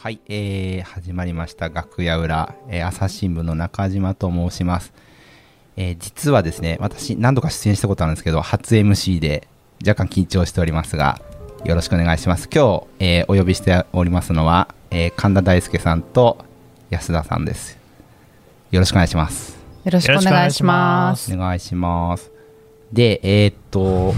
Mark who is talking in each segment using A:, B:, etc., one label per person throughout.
A: はい、えー始まりました楽屋裏、えー朝日新聞の中島と申します、えー実はですね私何度か出演したことあるんですけど初 MC で若干緊張しておりますがよろしくお願いします今日、えーお呼びしておりますのは、えー神田大輔さんと安田さんですよろしくお願いします
B: よろしくお願いします。
A: お願いしますでえーっ と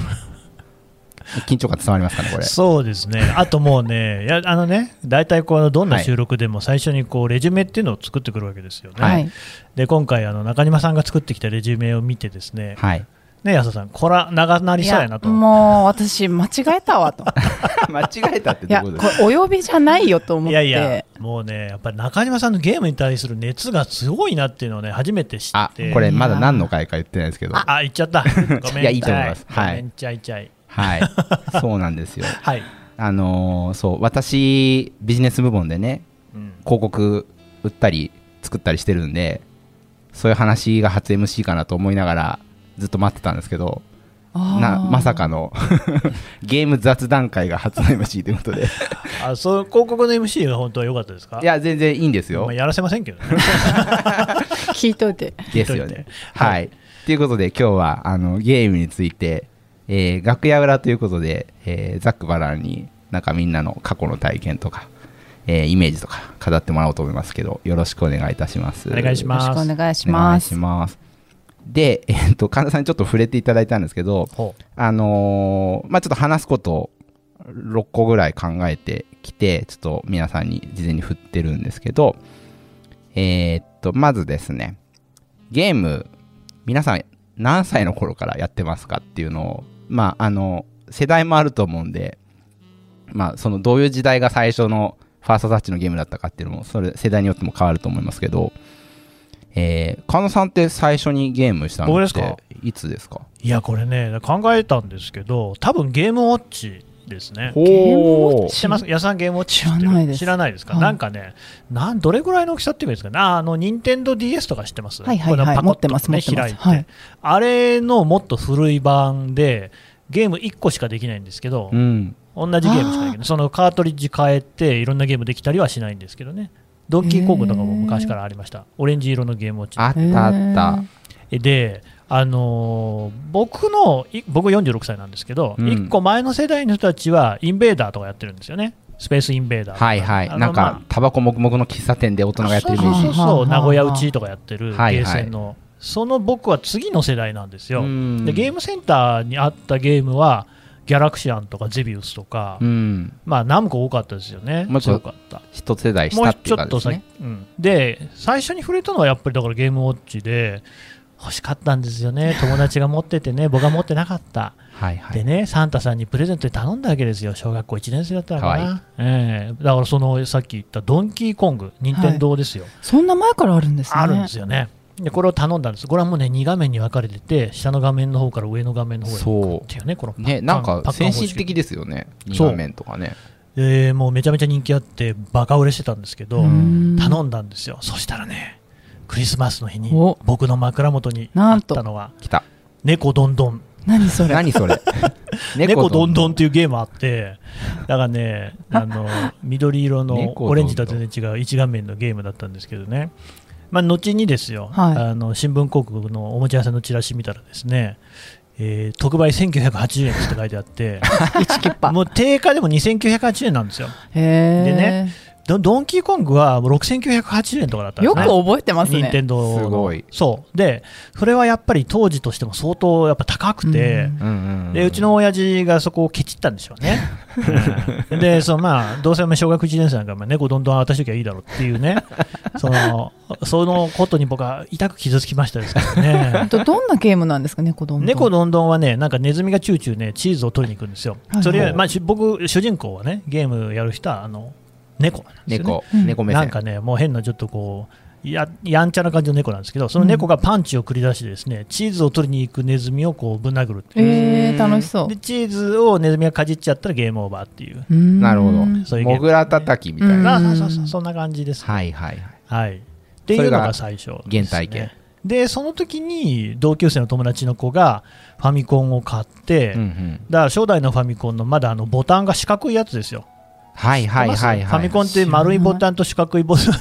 A: 緊張感伝わりますかねこれ
C: そうですね、あともう ね、いやあのね大体こうどんな収録でも最初にこうレジュメっていうのを作ってくるわけですよね。
A: はい
B: はい。
C: で、今回、あの中島さんが作ってきたレジュメを見て、ですね、
A: はい
C: ね安田さん、こら、長なりそうやなと、
B: もう私間違え たわと。
A: 間違えたって
B: いや、これお呼びじゃないよと思っ
C: い
B: て。
C: やいや、もうね、やっぱり中島さんのゲームに対する熱がすごいなっていうのをね、初めて知
A: あ
C: っ、て、
A: これまだ何の回か言ってないですけど。
C: あ、言っち ゃった、ごめん
A: いやいいと思います
C: は
A: はい
C: い、ごめんちゃいちゃい、
A: はい。そうなんですよ。
C: はい、
A: あのーそう、私、ビジネス部門でね、
C: うん
A: 広告売ったり、作ったりしてるんで、そういう話が初 MC かなと思いながら、ずっと待ってたんですけど、
B: あー
A: なまさかの ゲーム雑談会が初 MC ということで、
C: あそう広告の MC が本当は良かったですか
A: いや、全然いいんですよ
C: まあ、。やらせませんけどね。
B: 聞いといて。
A: ですよ
C: 聞いとい
A: ね
C: て。
A: は。
C: はい
A: ということで、今日はあのゲームについて、えー楽屋裏ということで、えーざっくばらんに、なんかみんなの過去の体験とか、えーイメージとか語ってもらおうと思いますけど、よろしくお願いいたします。
C: お願いし
B: よろ
C: ま
B: し
C: す
B: くお願いし
A: お願
B: ま
A: いし
B: す。
A: ます。で、えっと、神田さんにちょっと触れていただいたんですけど、
C: ほ
A: あのーまあちょっと話すことを6個ぐらい考えてきて、ちょっと皆さんに事前に振ってるんですけど、えーっと、まずですね、ゲーム、皆さん何歳の頃からやってますかっていうのを、まああの、世代もあると思うんで、まあそのどういう時代が最初のファーストタッチのゲームだったかっていうのも、それ世代によっても変わると思いますけど、えー、神野さんって最初にゲームしたの
C: 僕で
A: っ
C: すか
A: ていつですか
C: ういやこれね考えたんですけど多分ゲームウォッチですね
A: ほ
B: ゲームウォッチ
C: 知ってます安さんゲームウォッチ
B: 知らないです
C: 知らないですか、
B: はい
C: なんかねなんどれぐらいの大きさっていうんですかねああの任天堂 d s とか知ってます
B: はいはいはい
C: これパコッと
B: 持ってます
C: ね
B: 持ってます
C: 開いて、
B: はい
C: あれのもっと古い版でゲーム1個しかできないんですけど、
A: うん。
C: 同じゲームしかできないそのカートリッジ変えていろんなゲームできたりはしないんですけどねドンキーコングとかも昔からありましたオレンジ色のゲームウォッチ
A: あったあった。
C: で、あのー僕のい僕46歳なんですけど、
A: うん
C: 1個前の世代の人たちはインベーダーとかやってるんですよねスペースインベーダーとか
A: はいはい。
C: あの
A: なん
C: ま
A: か、タバコもくもくの喫茶店で大人
C: あ
A: がやってるイメ
C: そうそ
A: ー
C: う
A: ジ。
C: そう
B: はあはあ
C: 名古屋うちとかやってるゲ
A: はいはい
C: ーセンの、その僕は次の世代なんですよ、
A: うん
C: でゲームセンターにあったゲームはギャラクシアンとかゼビウスとか、
A: うん。
C: まあナムコ多かったですよね
A: もうちょ
C: 強
A: っと
C: かった
A: 一世代
C: も
A: 下
C: う
A: ってい
C: ち
A: う
C: ょ
A: か
C: っ
A: で
C: と
A: す
C: 先、
A: ね。
C: うんで最初に触れたのはやっぱりだからゲームウォッチで欲しかったんですよね友達が持っててね僕は持ってなかった、
A: はいは
C: で
A: い。
C: ねサンタさんにプレゼントで頼んだわけですよ小学校1年生だったのか
A: かわい
C: なええだからそのさっき言ったドンキーコング任天堂ですよ、
B: そんな前からあるんですね。
C: あるんですよねでこれを頼んだんですこれはもうね2画面に分かれてて下の画面の方から上の画面の方へ
A: そ
C: っていうねこのパ
A: う。
C: ッカン
A: ね、なんか
C: パッカン
A: 先
C: 方式
A: 進的ですよね。二
C: そう
A: 画面とかね。
C: えーもうめちゃめちゃ人気あってバカ売れしてたんですけど、
B: うん
C: 頼んだんですよそしたらねクリスマスの日に
B: お
C: 僕の枕元に
B: な
C: あ
B: ん
C: っ
B: と
C: たのは
A: 来た。
C: 「猫どんどん」
B: 何それ。
A: 何それ
C: 猫どんどんっ
A: と
C: ていうゲームあってだか らねあの緑色の
A: 猫どんどん
C: オレンジとは全然違う一画面のゲームだったんですけどねまあ後にですよ、
B: はい
C: あの新聞広告のおもちゃ屋さんのチラシ見たらですね、えー特売1980円って書いてあって
B: 一キッパ。
C: もう定価でも2980円なんですよ
B: へ
C: で
B: え。
C: ねドドンキーコングはもう6980円とかだったんで
B: よ
C: す
B: く
C: ね。
B: 覚えてます
C: 任
B: ね。
C: 天堂の
A: すごい
C: そうでそれはやっぱり当時としても相当やっぱ高くて、
A: うんうんうん。
C: でうちの親父がそこをケチったんでしょう ね、うんでそのまあどうせお前小学1年生なんかまあ猫どんどん渡しときゃいいだろうってい うねそのそのことに僕は痛く傷つきましたですけどね
B: とどんなゲームなんですかね、子供。
C: 猫どんどんはね、なんかネズミがチューチューね、チーズを取りに行くんですよ
B: はいは。い
C: それより、まあ、し僕、主人公はね、ゲームやる人は、あの、猫なんですよ、ね。
A: 猫、
B: うん
A: 猫目
C: なん
A: 線。
C: かね、もう変なちょっとこうや、やんちゃな感じの猫なんですけど、その猫がパンチを繰り出して、ですね、チーズを取りに行くネズミをこうぶん殴るっていう
B: ええ、楽しそう
C: で、。チーズをネズミがかじっちゃったらゲームオーバーっていう、
B: うーん
A: なるほど。
C: そういうゲーム
A: モグラ叩きみたい
B: うん
A: な。
C: あそうそうそうそんな感じです。はい
A: はいはいはい。
C: っていうのが最初、
A: それが原体験。
C: で、その時に同級生の友達の子がファミコンを買って、
A: うんうん
C: だから初代のファミコンのまだあのボタンが四角いやつですよ。
A: はいはいはいはい。
C: ファミコンって丸いボタンと四角いボタン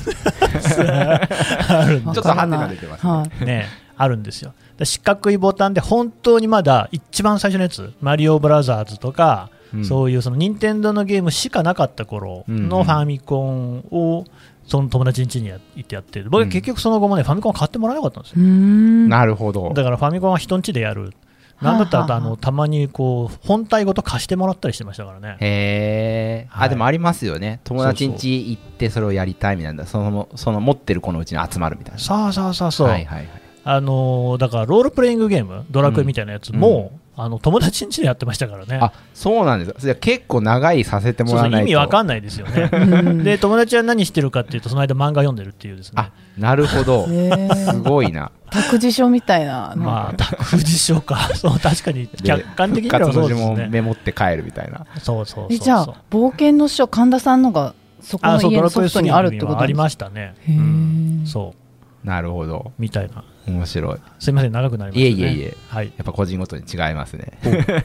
C: あるん
A: ょっ
C: で
A: とハテナ出てますね
B: はい。
C: すね。あるんですよ。で四角いボタンで本当にまだ一番最初のやつ、マリオブラザーズとか、
A: うん
C: そういうその任天堂のゲームしかなかった頃のファミコンをその友達ん家にや行ってやってる。僕は結局その後もね、ファミコン買ってもらえなかったんですよ
B: うーん。
A: なるほど。
C: だからファミコンは人ん家でやる。なんだったらあと
B: はあ
C: あ
B: はあ
C: のたまにこう本体ごと貸してもらったりしてましたからね。
A: へえ、
C: は
A: あ、
C: い
A: でもありますよね。友達ん家行ってそれをやりたいみたいな、その、その持ってる子のうちに集まるみたいな。
C: さあさあさあそう。
A: はいはいはい。
C: あのーだからロールプレイングゲーム、ドラクエみたいなやつも、あの友達ん家でやってましたからね。
A: あ、そうなんです。じゃあ結構長いさせても
C: そう
A: ら
C: そ
A: わ
C: う
A: ないと。
C: 意味わかんないです よね。
B: うん
C: で、友達は何してるかっていうと、その間漫画読んでるっていうですね
A: あ。、なるほど。
B: へー
A: すごい な。
B: 託児所みたいな。
C: まあ、託児所か。 そう、確か
A: で
C: に、客観的に
A: 復
C: は
A: 活
C: そ
A: の
C: うで
A: 字
C: す
A: も
C: ね。
A: メモって帰るみたいな。
C: そうそうそう
B: えじゃ
C: そう
B: あ。冒険の書神田さんのがそこ
C: あ、
B: の
C: そう、
B: 家
C: ド
B: の
C: ラク
B: ソ
C: エ
B: フト
C: 3
B: に
C: に
B: あるってこと
C: はありま
B: し
C: したね。
B: た。へー
C: そう、
A: なるほど。
C: みたいな。
A: 面白い。
C: すいません、長くなりました、ね。
A: いえいえいえ。
C: はい。
A: やっぱ個人ごとに違いますね。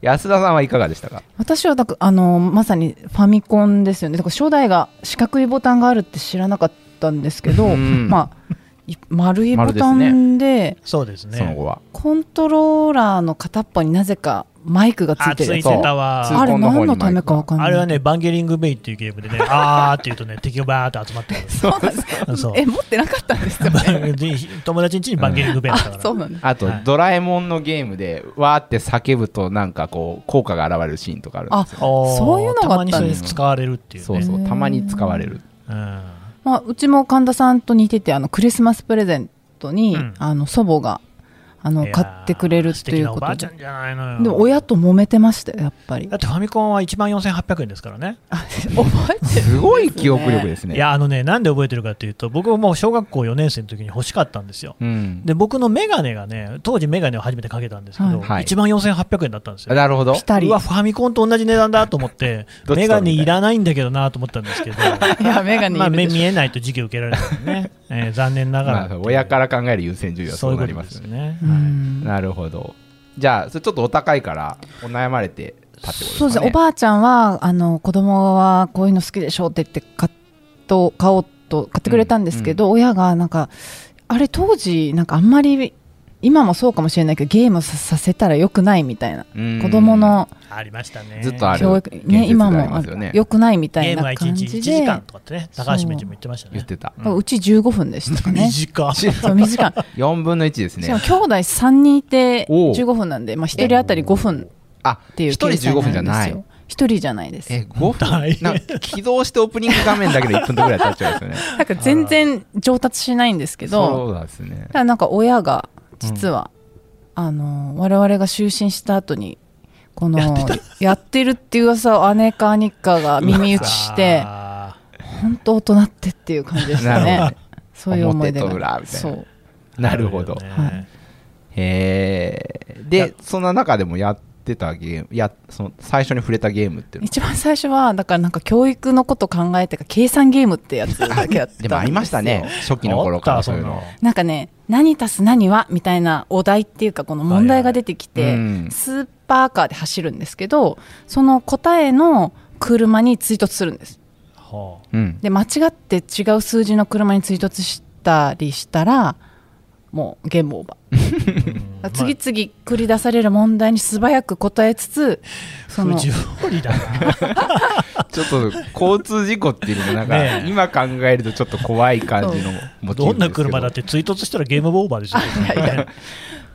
A: 安田さんはいかがでしたか
B: 私はだからあのまさにファミコンですよねだから初代が四角いボタンがあるって知らなかったんですけど、
A: うん
B: まあい丸いボ
A: 丸で
B: タ
A: すね
B: ンで
C: そうですね。
A: その後は。
B: コントローラーの片っぽになぜかマイクがつ
C: あ、
B: い
C: つ
B: てる
C: い
B: やつ
A: そう
C: てたわ。
A: つ
B: あれ何のためかわかんない
C: あれはね、バンゲリングベイっていうゲームで ね、あーって言うとね、敵がバーって集まってくる。
B: そうなんですか
C: そう
B: え持ってなかったんですよね
C: で友達ん家にバンゲリングベイだったか
B: あ
C: ら。
B: そうなんです
A: あと、
C: はい
A: ドラえもんのゲームで、わーって叫ぶと、なんかこう、効果が現れるシーンとかあるん
B: あ
A: ですよ。
C: おー
B: そういうのがあったんですか
C: たまにそれ使われるっていうね。
A: そうそう、たまに使われる。
C: うん
B: まあ、うちも神田さんと似ててあのクリスマスプレゼントに、
C: うん
B: あの祖母があの
C: いやー
B: 買ってくれるっていう
C: 素敵な
B: こ
C: おば
B: と
C: あちゃ
B: で
C: んじゃないのよ。
B: でも親と揉めてましたよやっぱり
C: だってファミコンは1万4800円ですからね。
B: あ 覚えてる
A: すごい記憶力ですね。
C: いや、あのね、なんで覚えてるかっていうと、僕もう小学校4年生の時に欲しかったんですよ。
A: うん。
C: で、僕のメガネがね、当時メガネを初めてかけたんですけど、
A: はい
C: 1万4800円だったんですよ。
A: なるほど
B: ピ。タリ
C: うわ、ファミコンと同じ値段だと思って、
A: どっち取るみたい
C: メガネいらないんだけどなと思った んですけど、
B: いや眼鏡
C: まあ、
B: いる
C: 目
B: でしょ
C: 見えないと授業受けられないのでね、えー残念なが
A: ま
C: ら
A: あ
C: っていう。
A: 親から考える優先順位は
C: そ
A: そう
C: いううこ
A: なり
C: と
A: ま
C: ですす
A: ね。
C: ね。
B: う
C: はい
B: ん
A: なるほど。じゃあ、それちょっとお高いから、お悩まれてたってことですかね。
B: そうですねおばあちゃんはあの子供はこういうの好きでしょって言って買っと買おうと買ってくれたんですけど、親がなんかあれ当時なんかあんまり今もそうかもしれないけどゲームささせたらよくないみたいな
A: うん
B: 子供の
C: ありましたね。
A: ずっとある
B: 教育
A: 現実
B: ね今
A: があり
B: も
A: ま
B: あ
A: すよね
B: る良くないみた
C: ゲ
B: い
C: ーム
B: な
C: は1
B: 感
C: 日
B: じで
C: 1時間とかってね、
B: そう
C: 高橋名人も言ってました
A: 言っ
C: ね。
A: てた。
B: だからうち15分でしたかね
C: 短い。
B: そう短い
A: 4分の1です
B: しか
A: ね
B: も。兄弟3人いて
A: おう
B: 15分なんで、まあ、1人当たり5分
A: あ、
B: っていう
A: 一人
B: 計算
A: 15分じゃない
B: んですよ一人じゃないです
A: え、5
C: 大
A: 分なんか起動してオープニング画面だけで1分とぐらい経っちゃうんですよね。
B: なんか全然上達しないんですけど
A: そうなんですね
B: た。だなんか親が実は、あの我々が就寝した後にこのやってるっていう噂を姉か兄かが耳打ち して
C: あ
B: 本当大人ってっていう感じでした
A: なる
B: ねそういう思い出が
A: 表と裏みたいな
B: そう
C: ー
A: なるほど
C: あ。よね
B: はい
A: へえ。
C: いや
A: で、そんな中でもやってたゲーム、やその最初に触れたゲームっていうの
B: 一番最初はだからなんか教育のこと考えてか計算ゲームってやつだけやってたんです
A: で
B: よ
A: もありましたね。初期の頃か
C: あった
A: らそういう
C: そん
A: の
C: な。
B: なんかね何足す何はみたいなお題っていうかこの問題が出てきて、
A: はいはいうん
B: スーパーカーで走るんですけどその答えの車に追突するんです
C: は
A: うん。
B: で間違って違う数字の車に追突したりしたらもうゲームオーバ
C: あうん
B: ー、次々繰り出される問題に素早く答えつつそ
C: まあ
B: の
C: 不条理だ な。
A: ちょっと交通事故っていうのもなんか
C: ねえ
A: 今考えるとちょっと怖い感じのモチーフですけ
C: ど
A: ど
C: んな車だって追突したらゲームオーバ ーですよ。ね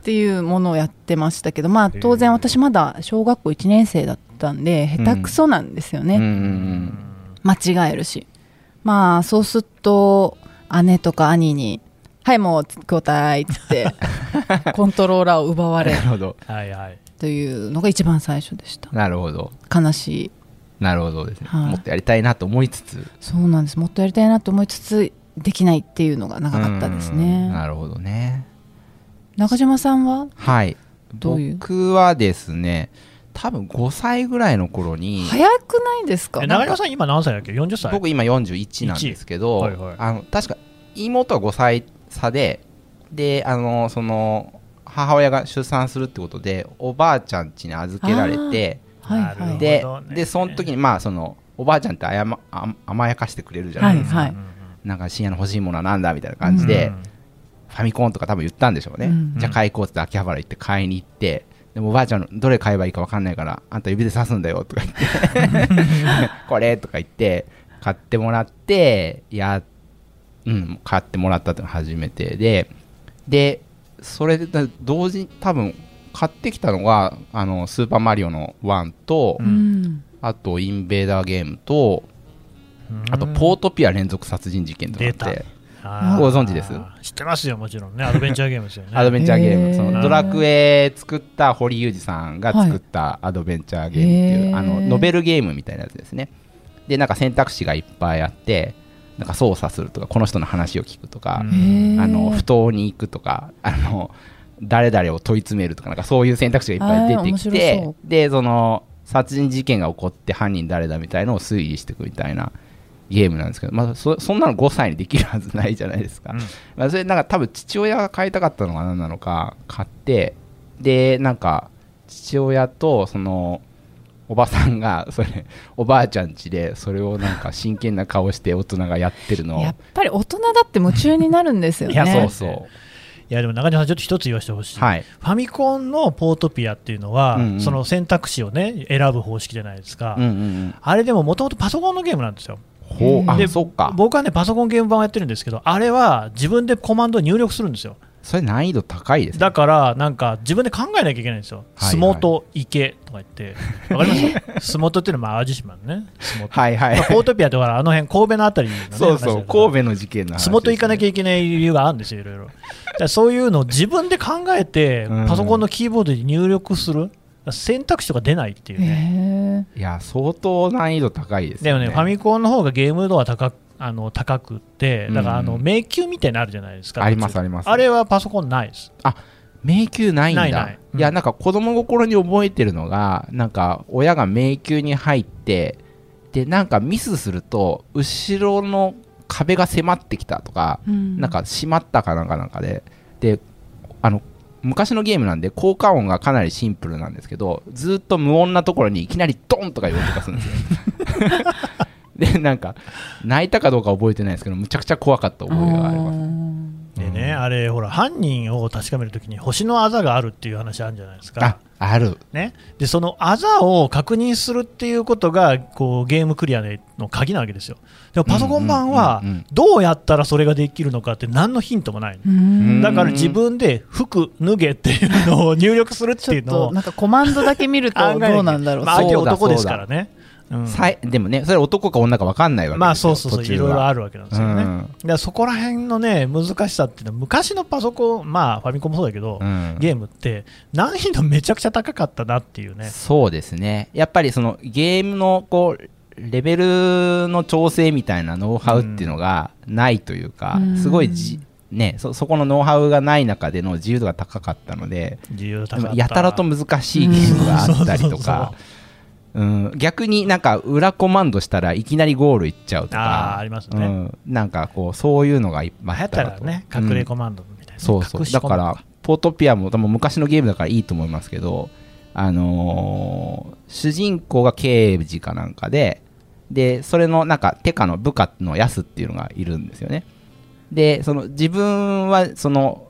B: っていうものをやってましたけど、まあ、当
C: へ
B: 然
C: ー
B: 私まだ小学校1年生だったんで下手くそなんですよね、
A: うんうん
B: 間違えるしまあそうすると姉とか兄に「はいもう交代」っつってコントローラーを奪わ
A: うん。
B: れ
A: なるほど。
C: はいはい。
B: というのが一番最初でした
A: なるほど。
B: 悲しい
A: なるほどですね。
B: はい
A: もっとやりたいなと思いつつ。
B: そうなんですもっとやりたいなと思いつつできないっていうのが長かったです
A: うん
B: ね
A: なるほどね。
B: 中島さんは
A: はい。
B: どういう
A: 僕はですね、多分5歳ぐらいの頃に、
B: 早くないですか
C: え長
B: なん
C: 山
B: か
C: さん今何歳だっけ ?40 歳。
A: 僕今41なんですけど、
C: はいはい
A: あの確か妹は5歳差でであのその母親が出産するってことでおばあちゃん家に預けられて
B: はい
C: なるほ
B: は
C: ど
B: い
A: で,、
C: ね
A: でその時にまあそのおばあちゃんってあやまあ甘やかしてくれるじゃないですか、
B: はい
A: なんか深夜の欲しいものはなんだみたいな感じで、ファミコンとか多分言ったんでしょうね、
B: うん
A: じゃあ買い行こうって秋葉原行って買いに行ってでもおばあちゃんのどれ買えばいいか分かんないからあんた指で刺すんだよとか言ってこれとか言って買ってもらってやうん買ってもらったってのが初めてででそれで同時に多分買ってきたのが「あのスーパーマリオ」の1と、
C: う
B: うんん
A: あと「インベーダーゲームと」あと「ポートピア連続殺人事件」とかあっ
C: 出
A: て
C: たあー
A: ご存知です
C: 知ってますよ、もちろんね。アドベンチャーゲームですよね。
A: アドベンチャーゲーム、
B: へー
A: そのドラクエ作った堀裕二さんが作ったアドベンチャーゲームっていう、
B: へー
A: あのノベルゲームみたいなやつですねでなんか選択肢がいっぱいあってなんか操作するとかこの人の話を聞くとか、
C: うん
B: へー
A: あの不当に行くとかあの誰々を問い詰めるとかなんかそういう選択肢がいっぱい出てき
B: あー面
A: て
B: 白そ
A: でその殺人事件が起こって犯人誰だみたいのを推理していくみたいなゲームなんですけど、まあ、そそんなの5歳にできるはずないじゃないですか、
C: うん
A: まあ、それなんか多分父親が買いたかったのが何なのか買ってでなんか父親とそのおばさんがそれおばあちゃん家でそれをなんか真剣な顔して大人がやってるのを
B: やっぱり大人だって夢中になるんですよね
C: いや
A: そうそう
C: いや、でも中島さん、ちょっと一つ言わせてほしい。
A: はい
C: ファミコンのポートピアっていうのは、
A: うんうん
C: その選択肢をね、選ぶ方式じゃないですか。
A: うんうんうん
C: あれでももともとパソコンのゲームなんですよ。
A: ほう
B: あ
A: あ
C: で
A: そっか
C: 僕はね、パソコンゲーム版をやってるんですけど、あれは自分でコマンドを入力するんですよ。
A: それ難易度高いですね
C: だから、なんか自分で考えなきゃいけないんですよ。
A: はいはい
C: 相撲と池とか言って、わかりま す相撲とっていうのはまあ淡路島のね、相撲と。
A: はいはい
C: まあポートピアってほらあの辺、神戸のあたりのね、
A: そうそう
C: 戸
A: 神戸の事件の話
C: 相撲と行かなき
A: ゃ
C: ゃいけない理由があるんですよ、いろいろ。だからそういうのを自分で考えて
A: うん、
C: パソコンのキーボードで入力する、選択肢とか出ないっていう
B: へ
C: ね、
B: え
A: いや相当難易度高いです
C: で
A: よ
C: もね、ファミコンの方がゲーム度は高くあの高くって、だからあの
A: うん
C: 迷宮みたいなのあるじゃないですか、
A: あります
C: 途中
A: あります
C: あれはパソコンないです。
A: 迷宮ないんだ
C: ないないうん
A: やなんか子供心に覚えてるのがなんか親が迷宮に入ってでなんかミスすると後ろの壁が迫ってきたとか、なんか閉まったかなんかなんかでであの昔のゲームなんで効果音がかなりシンプルなんですけどずっと無音なところにいきなりドンとか言う音がするん ですよでなんか泣いたかどうか覚えてないですけどむちゃくちゃ怖かった覚えがあります
C: でね、あれ、ほら、犯人を確かめるときに、星のあざがあるっていう話あるじゃないですか。
A: あある
C: ね、でそのあざを確認するっていうことがこうゲームクリアの鍵なわけですよ。でもパソコン版は
A: うんうんうんうん
C: どうやったらそれができるのかって何のヒントもないの、
B: うん
C: だから自分で服脱げっていうのを入力するっ
B: ち
C: てい
B: ょっ
C: うの
B: と
C: を
B: なんかコマンドだけ見 ると
C: 案外
B: どうなんだろう
C: まあ、相手
A: そうだ
C: 男ですからね。うん
A: さいでもねそれ男か女か分かんないわけ
C: まあ
A: です
C: そ
A: よ
C: うそうそう
A: 途
C: い
A: 中
C: ろいろ
A: は
C: あるわけなんですよね。
A: う
C: だ
A: ん
C: からそこら辺のね難しさっていうのは昔のパソコンまあファミコンもそうだけど、
A: うん
C: ゲームって難易度めちゃくちゃ高かったなっていうね。
A: そうですねやっぱりそのゲームのこうレベルの調整みたいなノウハウっていうのがないというか、
B: うん
A: すごいじ、ね、そそこのノウハウがない中での自由度が高かったので
C: 自由
A: で
C: 高か
A: も
C: った
A: やたらと難しいゲームがあったりとかうん逆になんか裏コマンドしたらいきなりゴールいっちゃうと
C: あー
A: か
C: ありますね
A: うん、なんかこうそういうのがいっぱいあ
C: 流行
A: っ
C: ったた
A: な
C: ら
A: と
C: ね、
A: うん
C: 隠れコマンドみたいな、
A: そうそう
C: 隠し
A: だ
C: コ
A: か
C: マンド
A: らポートピアも多分昔のゲームだからいいと思いますけどあのー主人公が刑事かなんかででそれのなんかテカの部下のヤスっていうのがいるんですよねでその自分はその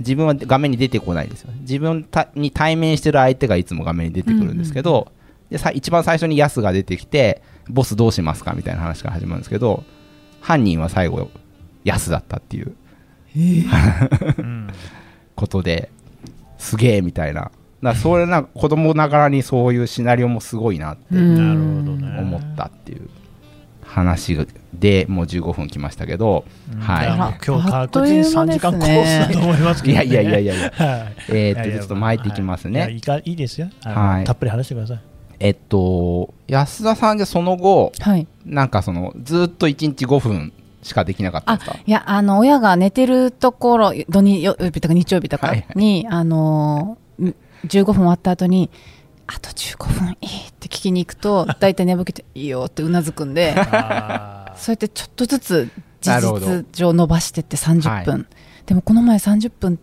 A: 自分は画面に出てこないんですよ自分たに対面してる相手がいつも画面に出てくるんですけど、でさ一番最初にヤスが出てきてボスどうしますかみたいな話が始まるんですけど犯人は最後ヤスだったっていう
C: うん
A: ことですげえみたいなだからそれなんか子供ながらにそういうシナリオもすごいなって
C: なるほどね。
A: 思ったっていう話でもう15分きましたけど、
C: うん
A: はい
C: いやもう今日
B: あっ
C: 確
B: という間
C: 実3時間コ
B: で
C: ー
B: す
C: ス
B: ね
C: だと思いますけ
A: い
C: ど、
A: や
C: ね。
A: いやいやいやい や
C: はい。
A: え
C: え
A: ーっとちょっと巻いていきますね、
C: いやいかいいですよ、あの
A: はい
C: たっぷり話してください。
A: えっと安田さんじゃその後
B: はい
A: なんかそのずっと1日5分しかできなかったんですか
B: いやあの親が寝てるところ土日曜日とか日曜日とか
A: はいはい
B: に、あのーん15分終わった後にあと15分いいって聞きに行くと大体寝ぼけていいよってうなずくんで
C: あー
B: そうやってちょっとずつ
A: なる
B: 事
A: ほど
B: 実上伸ばしてって30分、
A: は
B: でもこの前30分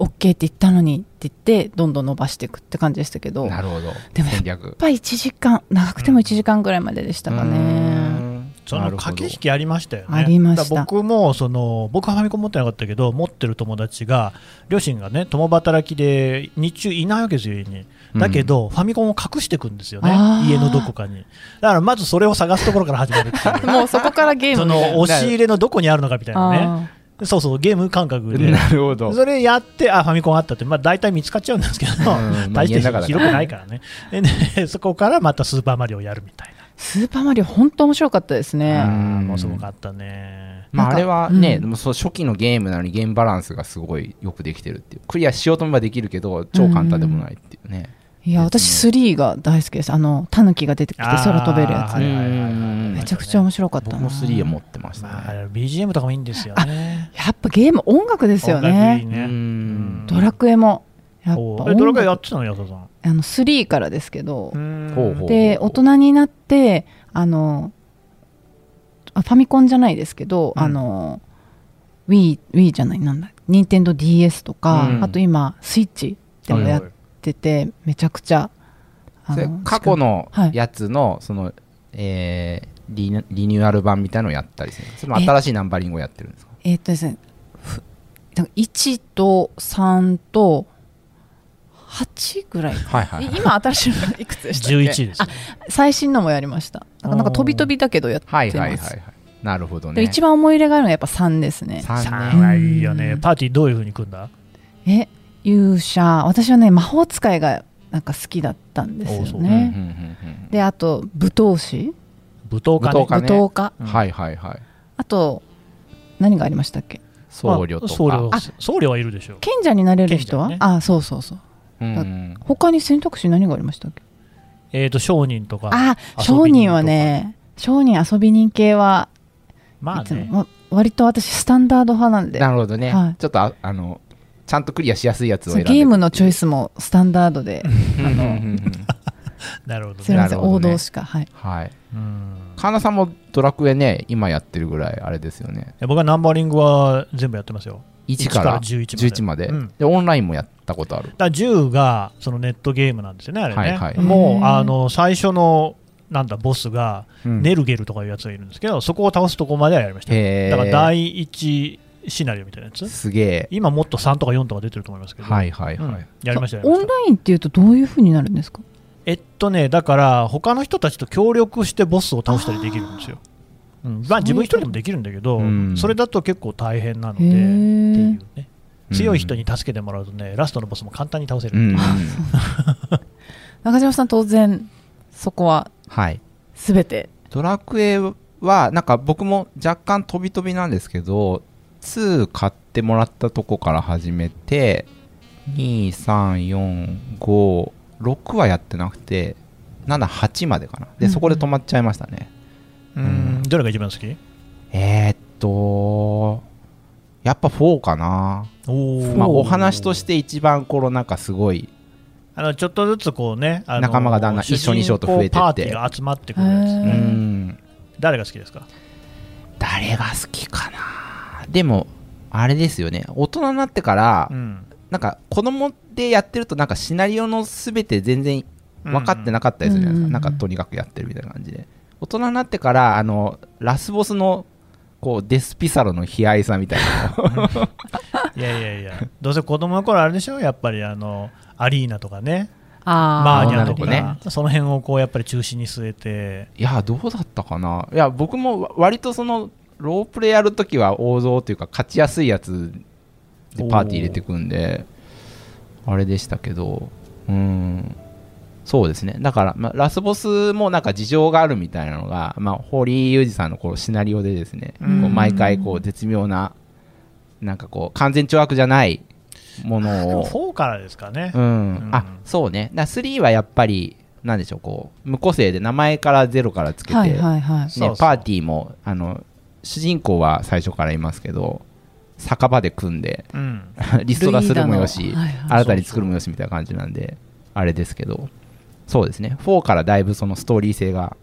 B: OK って言ったのにって言ってどんどん伸ばしていくって感じでしたけどやっ
A: なるほど。
B: でも
A: 戦略。
B: ぱ1時間長くても1時間ぐらいまででしたか
A: う
B: ね
A: ん
C: そ
A: な
C: の
A: るほど
C: 駆け引きありましたよね。
B: ありました
C: だから僕もその僕はファミコン持ってなかったけど持ってる友達が両親がね共働きで日中いないわけですよ家に。だけ、ど、ファミコンを隠していくんですよね
B: あー
C: 家のどこかに。だからまずそれを探すところから始めるっていう。
B: もうそこからゲーム
C: そ
B: みたいな
C: の押し入れのどこにあるのかみたいなね。
B: あ
C: そうそうゲーム感覚
A: う
C: で
A: ん。なるほど。
C: それやって、あ、ファミコンあったって、まあ大体見つかっちゃうんですけど、
A: んまあ
C: 大して
A: 家の中だからね
C: 広くないからね。でねそこからまたスーパーマリオをやるみたい
B: スーパーマリオ本当面白かったです
A: う
B: ね、
A: ん
C: な。もうすごかったね。
A: まあ、あ
B: なんか
A: れはね、
B: うん
A: でもそう初期のゲームなのにゲームバランスがすごいよくできてるっていうクリアしようと思えばできるけど超簡単でもないっていうね、
B: いや私3が大好きですあのタヌキが出てきて空飛べるや
C: あー
B: つ
C: はいはいはいはい
B: めちゃくちゃ面白かったな
A: 僕も3は持ってましたね、
C: まあ、BGM とかもいいんですよね。
B: やっぱゲーム音楽ですよ
C: 音楽い
B: ね
C: い
A: う
C: ね。
A: ん
B: ドラクエもやっぱ
C: お
B: 音
C: うえドラクエや
B: 楽
C: ってたの、安田さん。
B: あの3からですけど、
A: ほうほう
B: で大人になってあのあファミコンじゃないですけど、
C: うん
B: あの Wii, Wii じゃないなんだ任天堂 d s とか、
A: うん
B: あと今スイッチでもやっててめちゃくちゃあ
A: それ過去の
B: はい
A: やつのその、えーリニリニューアル版みたいのをやったりするんですかそれも新しいナンバリングをやってるんですか
B: えーっとですねふなんか1と3と8ぐらい
A: はいはい
B: え
A: はい
B: 今新しいのいくつでしたっけ
C: 11です
B: あ最新のもやりましたなんかなんか飛び飛びだけどやって
A: は
B: ま
A: い
B: す、
A: はいはいはいなるほど
B: で
A: ね
B: も一番思い入れがあるのはやっぱ3ですね
A: 3
C: 3
A: ね
C: はいいよね
B: う。ん
C: パーティーどういうふうに組んだ
B: え勇者私はね魔法使いがなんか好きだったんです
C: おうそ
B: よ
C: う
A: うんうん
B: ね、
A: うんうん
B: であと舞踏士
C: 舞踏家
A: 舞踏家。ね
B: 舞
C: ね
B: 踏家
C: うん
A: はいはいはい
B: あと何がありましたっけ
A: 僧侶と
C: ま
A: か
C: あ僧
B: あ
C: 侶僧侶はいるでしょう。
B: 賢者になれる人は、
C: 賢者
B: あそうそうそう
A: うんうん
B: 他に選択肢何がありましたっけ
C: えっと、商人とか。
B: あ
C: 遊び人とか
B: 商人はね商人遊び人系は
C: まあ
B: いつも、
C: ね。
B: わ割と私スタンダード派なんで
A: なるほどね、
B: はい
A: ちょっとああのちゃんとクリアしやすいやつを
B: そう
A: 選んで
B: ゲームのチョイスもスタンダードで
A: あの
C: なるほど
B: す
A: それ
B: いませ
C: ね。
B: ん、
A: なるほ
B: 王
A: どね
B: 道しかはい
A: はい
C: うん
A: 神田さんもドラクエね今やってるぐらいあれですよね
C: いや僕はナンバリングは全部やってますよ。
A: 1から
C: 11
A: 11
C: ま
A: ま
C: で
A: で
C: うん
A: でオンラインもやったことある
C: だから10がそのネットゲームなんですよね、あれね。
A: はいはい
C: も
B: へ
C: う
B: ー
C: あの最初のなんだボスがネ
A: る
C: ルゲルとかいうやつがいるんですけど、そこを倒すとこまではやりましたよ。
A: へ
C: だから
A: え
C: 第1シナリオみたいなやつ。
A: すげえ
C: 今もっと3とか4とか出てると思いますけど、
A: はいはい
C: うん
A: はい
C: やりましたよやりま
B: オ
C: し
B: ン
C: た
B: ラインっていうとどういうふうになるんですか
C: えっとね、だから他の人たちと協力してボスを倒したりできるんですよ。うんまあ、自分一人でもできるんだけど、
A: うん
C: それだと結構大変なので、
B: へ
C: って
B: ー
C: いうね、強い人に助けてもらうとね、ラストのボスも簡単に倒せる
A: う。ん
B: 中島さん当然そこは
A: はい
B: 全て
A: ドラクエはなんか僕も若干飛び飛びなんですけど2買ってもらったとこから始めて23456はやってなくて78までかなでそこで止まっちゃいましたね、
C: うんどれが一番好き
A: えー、っとやっぱ4かな
C: おー
A: まあ、お話として一番このなんかすごい
C: あのちょっとずつこうねあの
A: 仲間がだんだん一緒に一緒と増えてって
C: 主人公パーティーが集まってくるや
B: へ
A: う
C: つ
B: ー
A: ん
C: 誰が好きですか
A: 誰が好きかなでもあれですよね大人になってから
C: うん
A: なんか子供でやってるとなんかシナリオの全て全然分かってなかったりするじゃないですか、
B: うん
A: なんかとにかくやってるみたいな感じで大人になってからあのラスボスのこうデスピサロの悲哀さみたいなのを
C: いやいやいやどうせ子供の頃あれでしょやっぱりあのアリーナとかねマ
B: あ
C: ー
A: ー
C: ニャ
A: 女
C: と
A: の子
C: か、
A: ね
C: その辺をこうやっぱり中心に据えて
A: いやどうだったかないや僕もわ割とそのロープレイやるときは王道というか勝ちやすいやつでパーティー入れてくんであれでしたけどうんそうですねだから、まあ、ラスボスもなんか事情があるみたいなのが、まあ、堀井裕二さんのこうシナリオでですね、
B: うん
A: こう毎回こう絶妙ななんかこう完全懲悪じゃないものを
C: 4からですかね、
A: うん、
C: うん
A: あそうねだから3はやっぱりなんでしょうこう無個性で名前からゼロからつけて、
B: はいはいはい
C: そうそ
A: ね
C: う、
A: パーティーもあの主人公は最初からいますけど酒場で組ん で
C: うん
A: リストラするもよし
B: ルイーダのはいはい
A: 新たに作るもよしみたいな感じなんであれですけどそうですね4からだいぶそのストーリー性が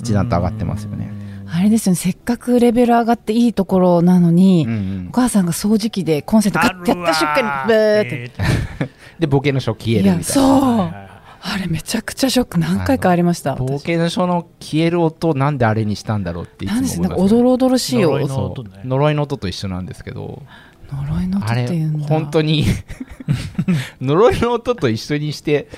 A: 一段と上がってますよね
C: うん
B: あれですよねせっかくレベル上がっていいところなのに、
A: うんうん
B: お母さんが掃除機でコンセントガッてやった瞬間にブーって、
C: て。え
A: で、ボケの書消え
B: い
A: る
B: や
A: みたい
B: そう
A: な。
B: あれめちゃくちゃショック何回かありました
A: ボケの書の消える音、なんであれにしたんだろうっていつも
B: 何です
A: 思
B: ないん
A: ま
B: か
A: す
B: おどろおどろしいよ
C: 呪い
B: 呪
C: の
A: そ
C: 音ね
A: う呪いの音と一緒なんですけど、
B: いの音
A: あ
B: っ
A: れ
B: ていうんだ
A: 本当に 呪いの音と一緒にして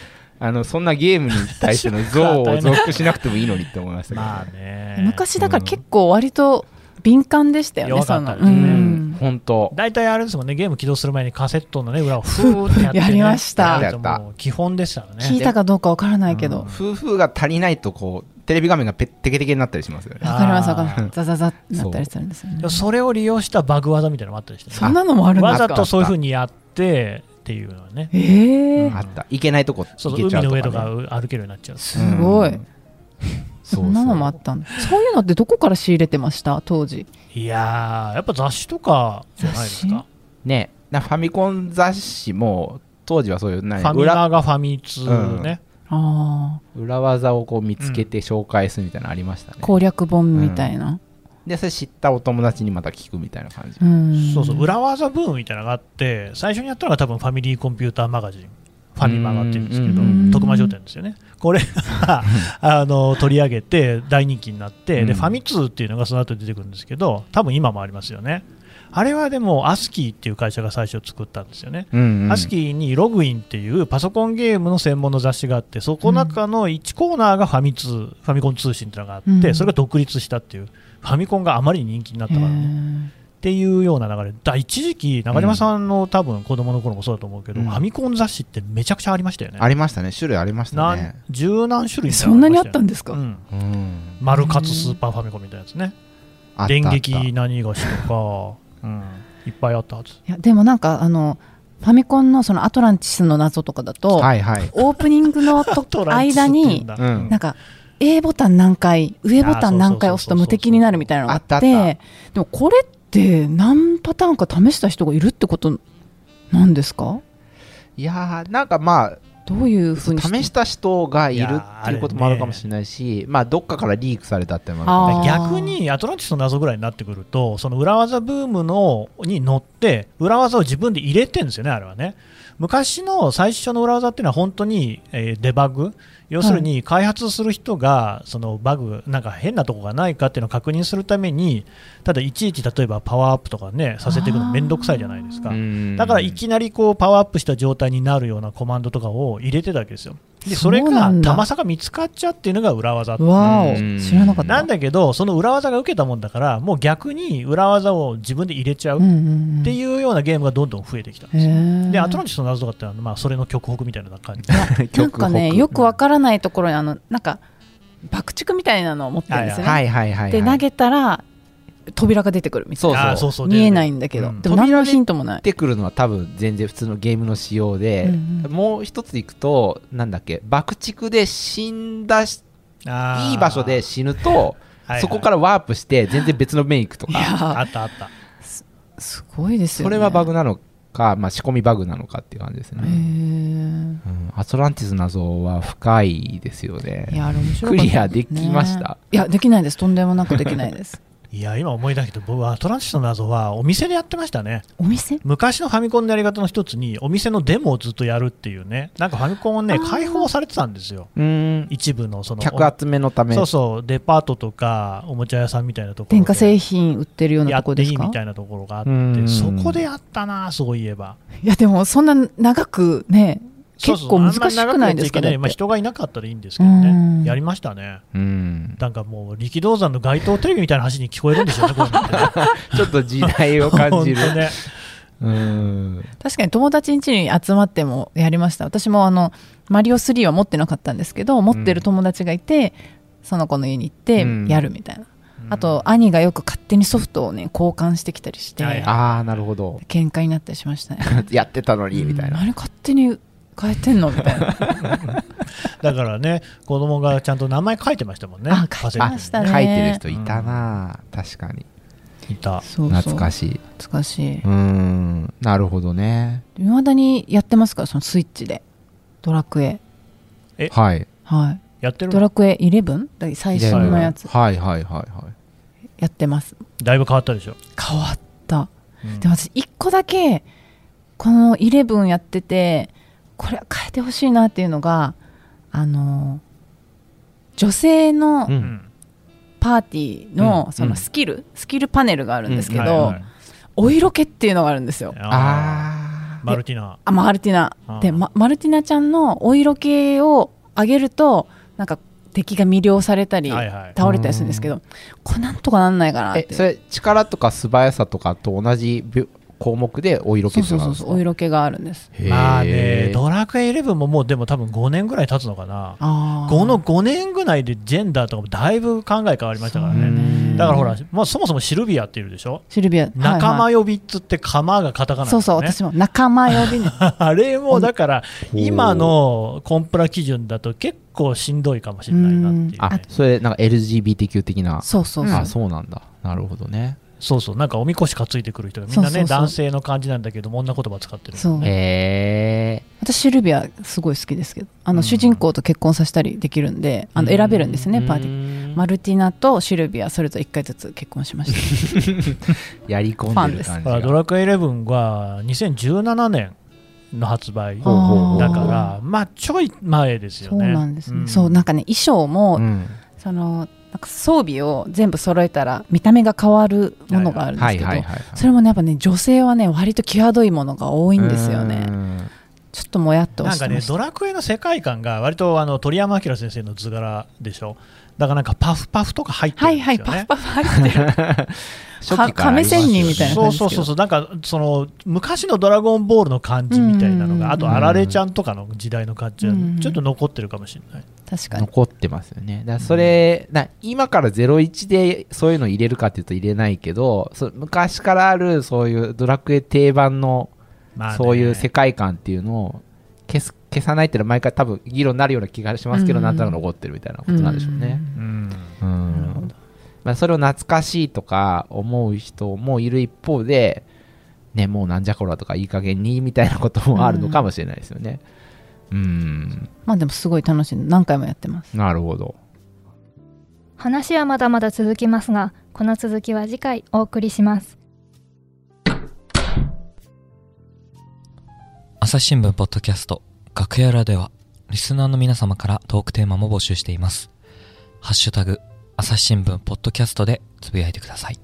A: あのそんなゲームに対しての像を増幅しなくてもいいのにって思いましたけど、
C: まあね。
B: 昔だから結構割と敏感でしたよね、
C: 弱か
B: そ
C: った
B: の、
C: ですね
A: うん
B: うん
A: 本当
C: 大体あれですもんね、ゲーム起動する前にカセットのね、裏をふーってやって、ね。
B: やりました
A: やった
C: もう基本でしたから
B: 聞い
C: ね。
B: たかどうかわからないけど、
A: 夫婦が足りないとこうテレビ画面がペッテケテケになったりしますよね
B: わかりますわかり
C: あ
B: ますザザザってなったりするんですよね
C: でもそれを利用したバグ技みたいなのもあったりして、
B: そんなのもあるんです
C: わ
B: か
C: ざとそういうふうにやってっていうのはね。
B: ええ
A: あったいけないとこ
C: そう
A: 行
C: そ
A: け
C: う
A: ちゃ
C: 海
A: うと
C: の
A: か、
C: 上
A: ね、
C: とか歩けるようになっちゃう。
B: すごい、
A: うん
B: そんなのもあったんだそういうのってどこから仕入れてました当時
C: いやー、やっぱ雑誌とかじゃないですか。
A: ねなファミコン雑誌も当時はそういうな
C: フ
A: に
C: ァミ
A: 裏
C: マがファミ通ね。
B: ああ
A: 裏技をこう見つけて紹介するみたいなのありましたね、
B: 攻略本みたいな、
A: でそれ知ったお友達にまた聞くみたいな感じ、
B: うん
C: そうそう、裏技ブームみたいなのがあって、最初にやったのが多分ファミリーコンピューターマガジン、ファミマガっていうんですけ
A: う
C: ど
B: ん、
C: 特売商店ですよね。これ があの取り上げて大人気になって、
A: うん
C: でファミ通っていうのがその後出てくるんですけど、多分今もありますよね。あれはでも、アスキーっていう会社が最初作ったんですよね。
A: うんうん
C: アスキーにログインっていうパソコンゲームの専門の雑誌があって、そこの中の1コーナーがファミ通、ファミコン通信っていうのがあって、
B: うん
C: それが独立したっていう、ファミコンがあまりに人気になったから、ね、っていうような流れ、だ一時期、中島さんの多分子供の頃もそうだと思うけど、
A: うん
C: ファミコン雑誌ってめちゃくちゃありましたよね。
A: ありましたね種類ありました
C: 何
A: ね
C: 十何種類
B: へー
C: みたい
B: そんなにあ
C: の
B: った
C: り
B: ん
C: まし
B: です
C: た
B: か、
C: ようん
A: うん
C: マルカツスーパーファミコンみたいなやつね。
A: あったあった
C: 電撃何菓子とか、うん、いっぱいあったはず。
B: いやでもなんかあのファミコンのそのアトランティスの謎とかだと、
A: はいはい
B: オープニングのと
C: トランチスっ
B: 間
C: て言うん
B: に
C: だ
A: 間に
C: うん
B: なんか A ボタン何回上ボタン何回押すと無敵になるみたいなのがあって
A: あったあっ
B: でもこれって何パターンか試した人がいるってことなんですか
A: いやーなんかまあ
B: どういうふうに
A: 試した人がいる
C: いやー
A: っていうこともあるかもしれないしまあどっかからリークされたってのもある
B: あー
C: 逆にアトランティスの謎ぐらいになってくるとその裏技ブームのに乗って裏技を自分で入れてるんですよね、あれはね昔の最初の裏技っていうのは本当に、えーデバッグ要するに開発する人がそのバグなんか変なとこがないかっていうのを確認するためにただいちいち例えばパワーアップとかねさせていくの面倒くさいじゃないです
A: か
C: から
A: ねうん
C: だからいきなりこうパワーアップした状態になるようなコマンドとかを入れてたわけですよでそれ
B: そうな
C: が
B: んだ
C: たまさか見つかっちゃうっていうのが裏技
B: わお
A: うん
B: 知らなかった
C: なんだけど、その裏技が受けたもんだから、もう逆に裏技を自分で入れちゃう
B: うん
C: っ
B: うんうん
C: ていうようなゲームがどんどん増えてきたんですよ。
B: へ
C: で、アトラン
B: ン
C: ティスの謎とかってのは、まあ、それの極北みたいな感じ。
B: なんかねよくわからないところにあのなんか爆竹みたいなのを持ってるんですよね、
A: はいはいはいはい
B: で投げたら扉が出てくるみたい
A: そう
C: あー
A: そう
C: そう。
B: な見えないいんだけど、
C: うん。
B: でも何のヒントもない
A: 出てくるのは多分全然普通のゲームの仕様で、
B: うんうん
A: もう一ついくとなんだっけ爆竹で死んだしいい場所で死ぬとそこかららワープして全然別の面行くと
B: い
A: か
C: あ
B: や
C: ったあった。
B: ーすごいですよ
A: そ
B: ね
A: れはバグなのか、まあ、仕込みバグなのかっていう感じです
B: へ
A: ね、
B: ー
A: うんアトランティスの謎は深いですよね
B: いやあれ面白か
A: ク
B: った
A: リアできました、
B: ねいやできないですとんでもなくできないです
C: いや、今思い出したけど、僕はアトランティスの謎はお店でやってましたね。
B: お店
C: 昔のファミコンのやり方の一つに、お店のデモをずっとやるっていうね。なんかファミコンはね
B: あ、ー
C: 開放されてたんですよ。
A: うーん
C: 一部のその。
A: 客集めのため
C: そうそう、デパートとか、おもちゃ屋さんみたいなところで。
B: 電化製品売ってるような
C: や
B: とこ
C: っ
B: で
C: てい
B: す
C: い
B: か
C: みたいなところがあっ
A: うん
C: て、そこでやったな、そういえば。
B: いやでもそんな長くね結構難し
C: そうそうあん
B: く
C: ま長
B: な
C: や
B: い
C: っち
B: で
C: ゃ
B: すか
C: けな
B: だ
C: い
B: って
C: まあ、人がいなかったらいいんですけど
B: うん
C: ね、やりましたね。
A: うん
C: なんかもう力道山の街頭テレビみたいな話に聞こえるんでしょうね、こ れね
A: ちょっと時代を感じる
C: 本当ね
A: うん
B: 確かに友達ん家に集まってもやりました私もあのマリオ3は持ってなかったんですけど持ってる友達がいて、その子の家に行って
A: うん
B: やるみたいな、
C: うん
B: あと兄がよく勝手にソフトをね交換してきたりして、
C: はい
A: ああなるほど
B: 喧嘩になったりしましたね
A: やってたのにみたい
B: うんあ
A: な
B: れ勝手に変えてんのみた いな
C: だからね、子供がちゃんと名前書いてましたもんね、
B: あ書いて
A: あ
B: ま
C: パ
B: し
C: セ
B: た
C: リ
B: ね
A: 書いてる人いたな確かに
C: にいた。
B: そうそう
A: 懐かしい
B: 懐かしいう
A: ーんなるほどね
B: いまだにやってますからそのスイッチでドラクエ
A: はい
B: はい
C: やってる
B: ドラクエ11だ最新のやつ
A: はいはいはいはい
B: やってます
C: だいぶ変わったでしょ。
B: 変わった
C: うん
B: でも私一個だけこの「イレブン」やっててこれは変えてほしいなっていうのがあの女性の
A: う
C: うんん
B: パーティーの,、
A: うん
B: そのスキル、スキルパネルがあるんですけど、
A: うん
C: はいはい
B: お色気っていうのがあるんですよ
C: あ
A: あ
C: ーマルティナ。
B: あマルティナ
C: あー
B: で、まマルティナちゃんのお色気を上げるとなんか敵が魅了されたり、
C: はいはい
B: 倒れたりするんですけどこれなんとかなんないかなっ
A: ーえ
B: て
A: それ力とか素早さとかと同じび項目でお色気っ
B: そう
A: て
B: そ
A: いう
B: う
A: のがあるんです
B: そうそう
A: か
B: お色気があるんです
A: へー
C: まあね、ドラクエ11ももうでも多分5年ぐらい経つのかな。
B: あー
C: この5年ぐらいでジェンダーとかもだいぶ考え変わりましたから
A: そう
C: ね。
A: ね
C: だからほら、まあ、そもそもシルビアっているでしょ。
B: シルビア
C: 仲
B: はいは
C: 間呼びっつって、釜がカタカナ、
B: い
C: ね、
B: そうそう私も仲間呼びね
C: あれもだから、
A: うん
C: 今のコンプラ基準だと結構しんどいかもしれないなっていう、
A: あ
C: ね、
A: それなんか LGBTQ 的な
B: そうそうそう
A: あそうなんだなるほどね
C: そうそう、なんかおみこし担いでくる人がみんなね、
B: そうそうそう
C: 男性の感じなんだけど、女言葉使ってる、
B: そう
A: へえ
B: 私シルビアすごい好きですけどあ
C: うん
B: の主人公と結婚させたりできるんであの選べるんですねパーティー
A: ィ
B: マルティナとシルビアそれぞれ1回ずつ結婚しました
A: やり込んでる感じ
C: ほ
A: が
C: らドラクエ11は2017年の発売だ
A: ほうほうほう
C: から、まあ、ちょい前ですよ
B: そう
C: ね。
B: なんですね、そうなんかね衣装も、
A: うん
B: そのなんか装備を全部揃えたら見た目が変わるものがあるんです
A: はい
B: けど、
A: はいはい
B: それもねやっぱね女性はね割と際どいものが多いんですよ
A: う
B: ね
A: ん
B: ちょっともやっと
C: なん
B: して
C: か
B: ま
C: ね、
B: した
C: ドラクエの世界観が割とあの鳥山明先生の図柄でしょ、だからなんかパフパフとか入って
B: は
C: るん
B: い
C: です
B: はい
C: よ
B: パフパフ入
C: ね。
B: ってる
A: 初期からありますよ
B: 亀仙人みたいな
C: そ
B: 感
C: う
B: じで
C: そう
B: すけ
C: そ
B: ど
C: うそう、なんかその昔のドラゴンボールの感じみたいなの
B: うん
C: が、あとあられちゃんとかの時代の感じは
B: うん
C: ちょっと残ってるかもしれない。
B: 確かに
A: 残ってますよねだからそれ、な今から01でそういうの入れるかっていうと入れないけどそ昔からあるそういうドラクエ定番の
C: まあね
A: そういう世界観っていうのを消す消さないっていうのは毎回多分議論になるような気がしますけど、
B: うん
A: なんとなく残ってるみたいなことなんでしょうね。
C: うん
A: うん
C: るほど
A: まあ、それを懐かしいとか思う人もいる一方で、ね、もうなんじゃこらとかいい加減にみたいなこともあるのかもしれないですよね。うん、
B: まあでもすごい楽しい何回もやってます
A: なるほど。
D: 話はまだまだ続きますがこの続きは次回お送りします
E: 朝日新聞ポッドキャスト楽屋裏ではリスナーの皆様からトークテーマも募集していますハッシュタグ朝日新聞ポッドキャストでつぶやいてください